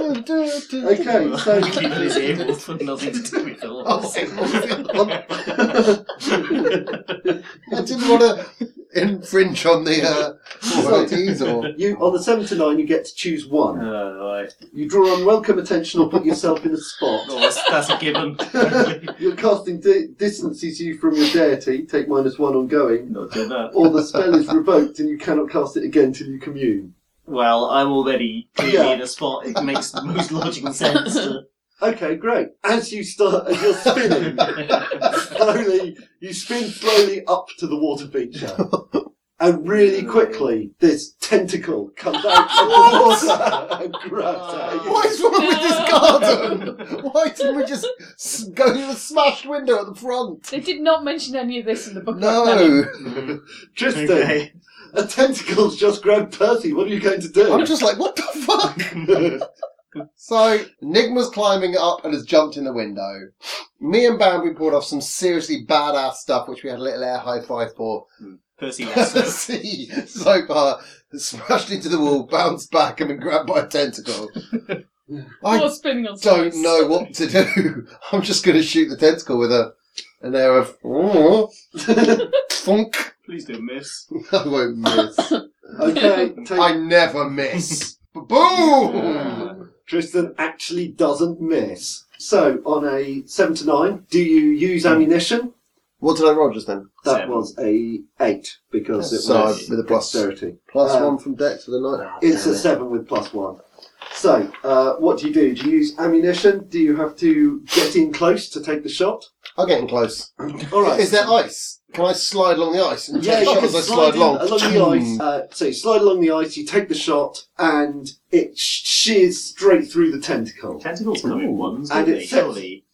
Okay, so um,
People is able for nothing to do with the
Oh,
laws.
it was- I didn't want to infringe on the uh, authorities or.
you on the seven to nine, you get to choose one.
Oh, right.
You draw unwelcome attention or put yourself in a spot.
Oh, that's, that's a given.
Your casting di- distances you from your deity. Take minus one ongoing.
Not doing that.
Or the spell is revoked and you cannot cast it again till you commune.
Well, I'm already clearly
Yeah.
in a spot. It makes the most logical sense. To...
Okay, great. As you start, as you're spinning, Mm-hmm. slowly, you spin slowly up to the water feature. And really quickly, this tentacle comes out of the water and grabs at you.
What is wrong with this garden? Why didn't we just s- go through the smashed window at the front?
They did not mention any of this in the book.
No,
Tristan,
Okay.
a tentacle's just grabbed Percy. What are you going to do?
I'm just like, what the fuck? so Nigma's climbing up and has jumped in the window. Me and Bambi pulled off some seriously badass stuff, which we had a little air high five for.
Percy Lester.
See, so far, smashed into the wall, bounced back, and been grabbed by a tentacle.
Or
I
spinning on
don't
slides.
know what to do. I'm just going to shoot the tentacle with a an air of "Oh, funk.
Please do miss.
I won't miss.
Okay, take-
I never miss. Boom!
Tristan actually doesn't miss. So, on a 7 to 9, do you use ammunition?
What did I roll just then?
That
Seven.
was a 8 because it
So,
was
with a plus-
dexterity.
Plus
Um,
one from Dex for the night.
It's a seven with plus one. So, uh, what do you do? Do you use ammunition? Do you have to get in close to take the shot?
I'm getting close.
All right.
Is there ice? Can I slide along the ice? And
yeah,
take
you
shots
can
as I
slide,
slide
in
along.
along the ice. Uh, so you slide along the ice, you take the shot, and it sh- shears straight through the tentacle.
Tentacles come in ones,
And
don't they?
it says-
Surely.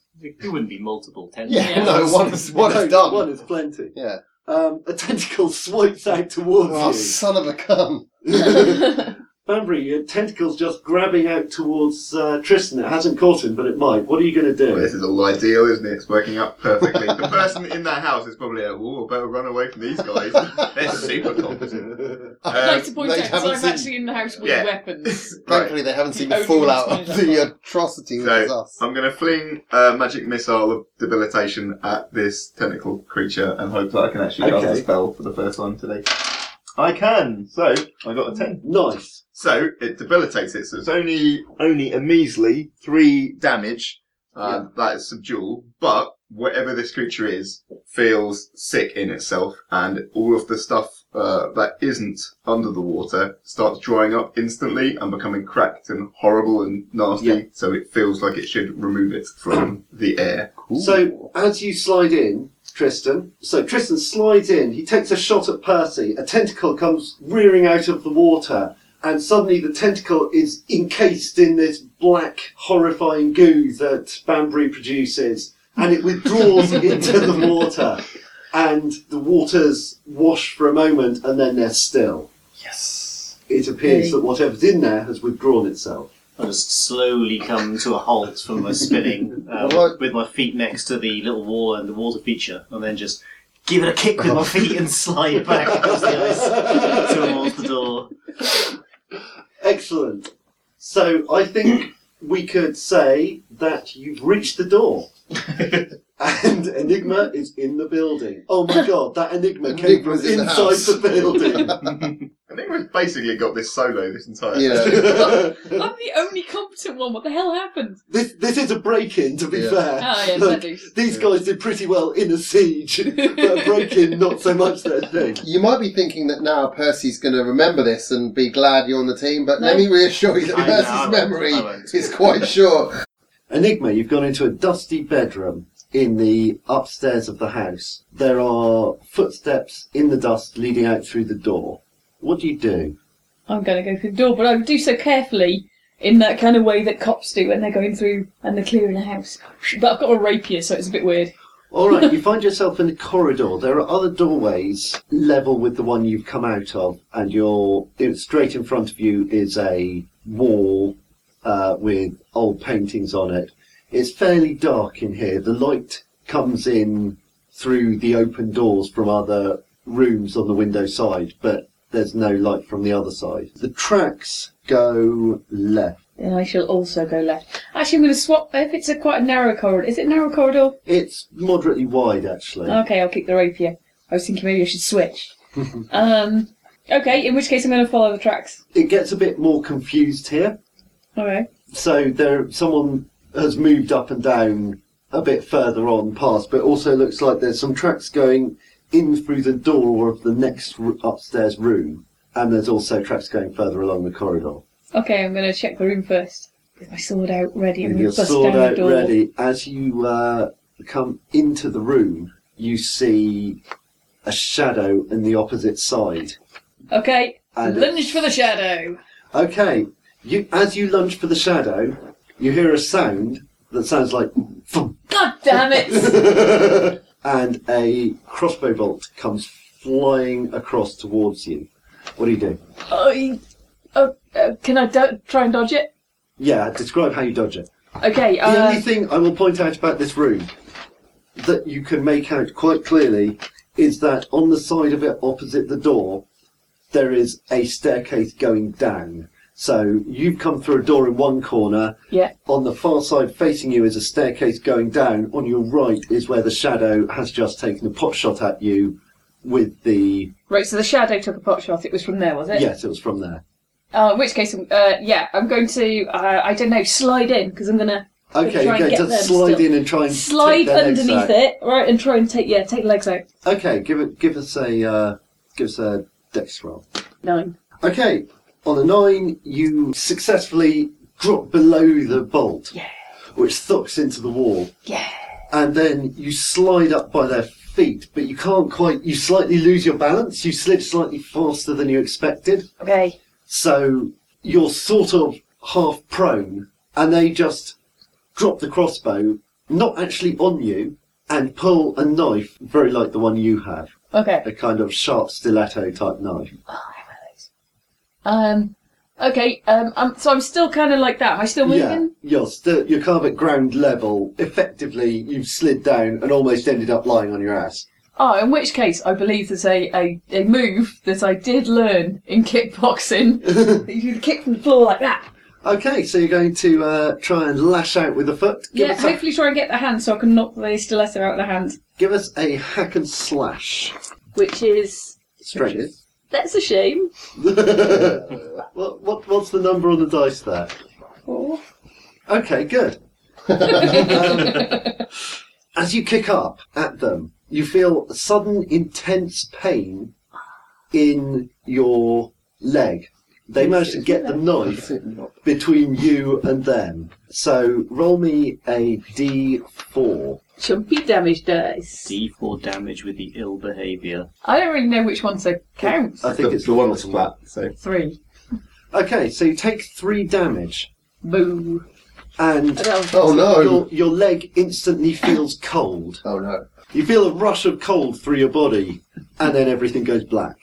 There wouldn't be multiple
Yeah,
tentacles.
Yeah.
no, one is, one
No,
is done.
One is plenty.
Yeah.
um, a tentacle swipes out towards
Oh,
you.
son of a gun.
Banbury, your tentacle's just grabbing out towards uh, Tristan. It hasn't caught him, but it might. What are you going to
Well,
do?
this is all ideal, isn't it? It's working out perfectly. the person in that house is probably like, "Ooh, I better run away from these guys. They're super competent."
I'd like
Um,
to point
no, you
out because
haven't
I'm
seen-
actually in the house with
Yeah.
weapons.
right,
Thankfully, they haven't seen
The
the,
only
fallout
ones
of
made
the atrocity which
So-
is us.
I'm going to fling a magic missile of debilitation at this tentacle creature and hope that I can actually cast
Okay.
the spell for the first time today. I can. So I got a ten.
Nice.
So it debilitates it. So it's only only a measly three damage. Um, That is subdual, but whatever this creature is feels sick in itself, and all of the stuff uh, that isn't under the water starts drying up instantly and becoming cracked and horrible and nasty.
Yeah.
So it feels like it should remove it from the air.
So as you slide in, Tristan, so Tristan slides in, he takes a shot at Percy, a tentacle comes rearing out of the water, and suddenly the tentacle is encased in this black, horrifying goo that Banbury produces, and it withdraws into the water, and the waters wash for a moment, and then they're still.
Yes.
It appears that whatever's in there has withdrawn itself.
I just slowly come to a halt from my spinning uh,
Alright.
with my feet next to the little wall and the water feature, and then just give it a kick with my feet and slide back across the ice towards the door.
Excellent. So I think we could say that you've reached the door. and Enigma is in the building. Oh my god, that Enigma came from
Enigma's in the
inside
house.
the building.
I think we've basically got this solo this entire.
Yeah.
I'm the only competent one. What the hell happened?
this this is a break in, to be
Yeah.
fair.
Oh, yeah,
Look,
Zedu's.
these guys did pretty well in a siege, but a break in, not so much their thing.
You might be thinking that now Percy's going to remember this and be glad you're on the team, but let
No.
me reassure you that
I know,
Percy's
I won't,
memory
I won't.
is quite short.
Enigma, you've gone into a dusty bedroom in the upstairs of the house. There are footsteps in the dust leading out through the door. What do you do?
I'm going to go through the door, but I would do so carefully in that kind of way that cops do when they're going through and they're clearing a house. But I've got a rapier, so it's a bit weird.
All right, you find yourself in the corridor. There are other doorways level with the one you've come out of, and you're it's straight in front of you is a wall uh, with old paintings on it. It's fairly dark in here. The light comes in through the open doors from other rooms on the window side, but there's no light from the other side. The tracks go left.
Then I shall also go left. Actually, I'm going to swap. If it's a quite a narrow corridor, is it narrow corridor?
It's moderately wide, actually.
Okay, I'll keep the rapier. I was thinking maybe I should switch. um, okay, in which case I'm going to follow the tracks.
It gets a bit more confused here.
Okay.
so there someone has moved up and down a bit further on past but it also looks like there's some tracks going in through the door of the next r- upstairs room and there's also tracks going further along the corridor
Okay, I'm going to check the room first. With my sword out ready,
with
I'm going
your
to bust
sword
down
out
the door.
ready as you uh, come into the room you see a shadow in the opposite side
Okay,
And
lunge for the shadow.
okay you as you lunge for the shadow you hear a sound that sounds like thump,
God damn it!
and a crossbow bolt comes flying across towards you. What do you do?
I, oh, uh, can I do- try and dodge it?
Yeah, describe how you dodge it.
Okay,
The
uh,
only thing I will point out about this room that you can make out quite clearly is that on the side of it, opposite the door, there is a staircase going down. So you've come through a door in one corner.
yeah.
On the far side, facing you, is a staircase going down. On your right is where the shadow has just taken a pot shot at you with the.
Right, so the shadow took a pot shot. It was from there, was it?
Yes, it was from there.
Uh, in which case, I'm- uh, yeah, I'm going to, uh, I don't know, slide in because I'm going to
Okay,
try and
okay,
get them
just slide
still.
in and try and take
slide
their legs out.
underneath it, right, and try and take yeah, take the legs out.
Okay, give it, give us a, uh, give us a dex roll.
Nine.
Okay, on a nine, you successfully drop below the bolt,
Yeah.
which thucks into the wall,
Yeah.
and then you slide up by their feet, but you can't quite. You slightly lose your balance. You slip slightly faster than you expected.
Okay.
So you're sort of half prone, and they just drop the crossbow, not actually on you, and pull a knife very like the one you have
Okay.
a kind of sharp stiletto type knife.
Um. Okay. Um. I'm, so I'm still kind of like that. Am I still moving?
Yeah, you're still you're kind of at ground level. Effectively, you've slid down and almost ended up lying on your ass.
Oh, in which case I believe there's a, a, a move that I did learn in kickboxing. you kick from the floor like that.
Okay, so you're going to uh, try and lash out with the foot. Give,
yeah,
us, a,
hopefully try and get the hand so I can knock the stiletto out of the hand.
give us a hack and slash.
Which is
Strength.
that's a shame.
what, what, what's the number on the dice there?
Four.
Okay, good. Um, as you kick up at them, you feel a sudden intense pain in your leg. They managed to get the knife between you and them. So roll me a d4.
Chumpy damage dice.
D4 damage with the ill behaviour.
I don't really know which one to count.
I think
the,
it's
the one that's flat. So
Three.
Okay, so you take three damage,
Boo.
and
I don't-
Oh no!
your, your leg instantly feels cold.
Oh no!
You feel a rush of cold through your body, and then everything goes black.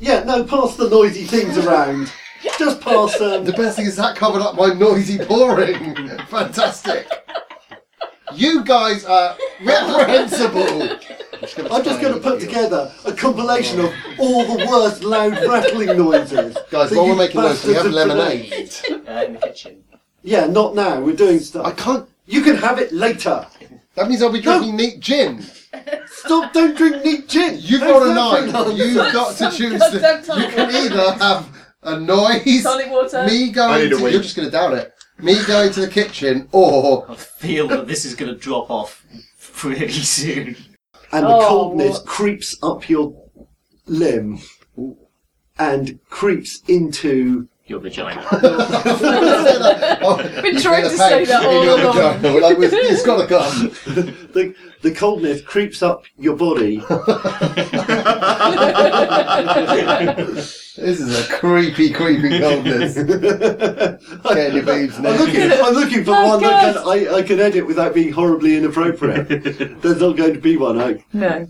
Yeah, no, pass the noisy things around. Just pass um, them.
The best thing is that covered up my noisy pouring. Fantastic. You guys are reprehensible.
I'm just going to put together a compilation of all the worst loud rattling noises.
Guys,
that
while we're
you
making noise, we have
bastards made.
lemonade.
Uh, in the kitchen.
Yeah, not now. We're doing
I
stuff.
can't.
You can have it later.
That means I'll be
No.
drinking neat gin.
Stop! Don't drink neat gin.
You've
There's
got
no
a knife.
freelance.
You've got to
Some
choose.
goddamn
The,
time.
you can either have a noise,
Tonic water.
me
I
going
need a
to,
wee.
you're just going to down it, me going to the kitchen, or
I feel that this is going to drop off pretty soon.
and the
Oh,
coldness
what-
creeps up your limb and creeps into.
Your vagina.
Oh,
Been
you feel
trying
the
to say
pain.
that
You
all
got a
along.
gun. We're like, "Well, it's got a gun.
The, the coldness creeps up your body.
This is a creepy, creepy coldness. Getting your boobs
I'm looking,
naked.
I'm looking for
Oh,
one that
God.
can, I, I can edit without being horribly inappropriate. There's not going to be one. I,
No.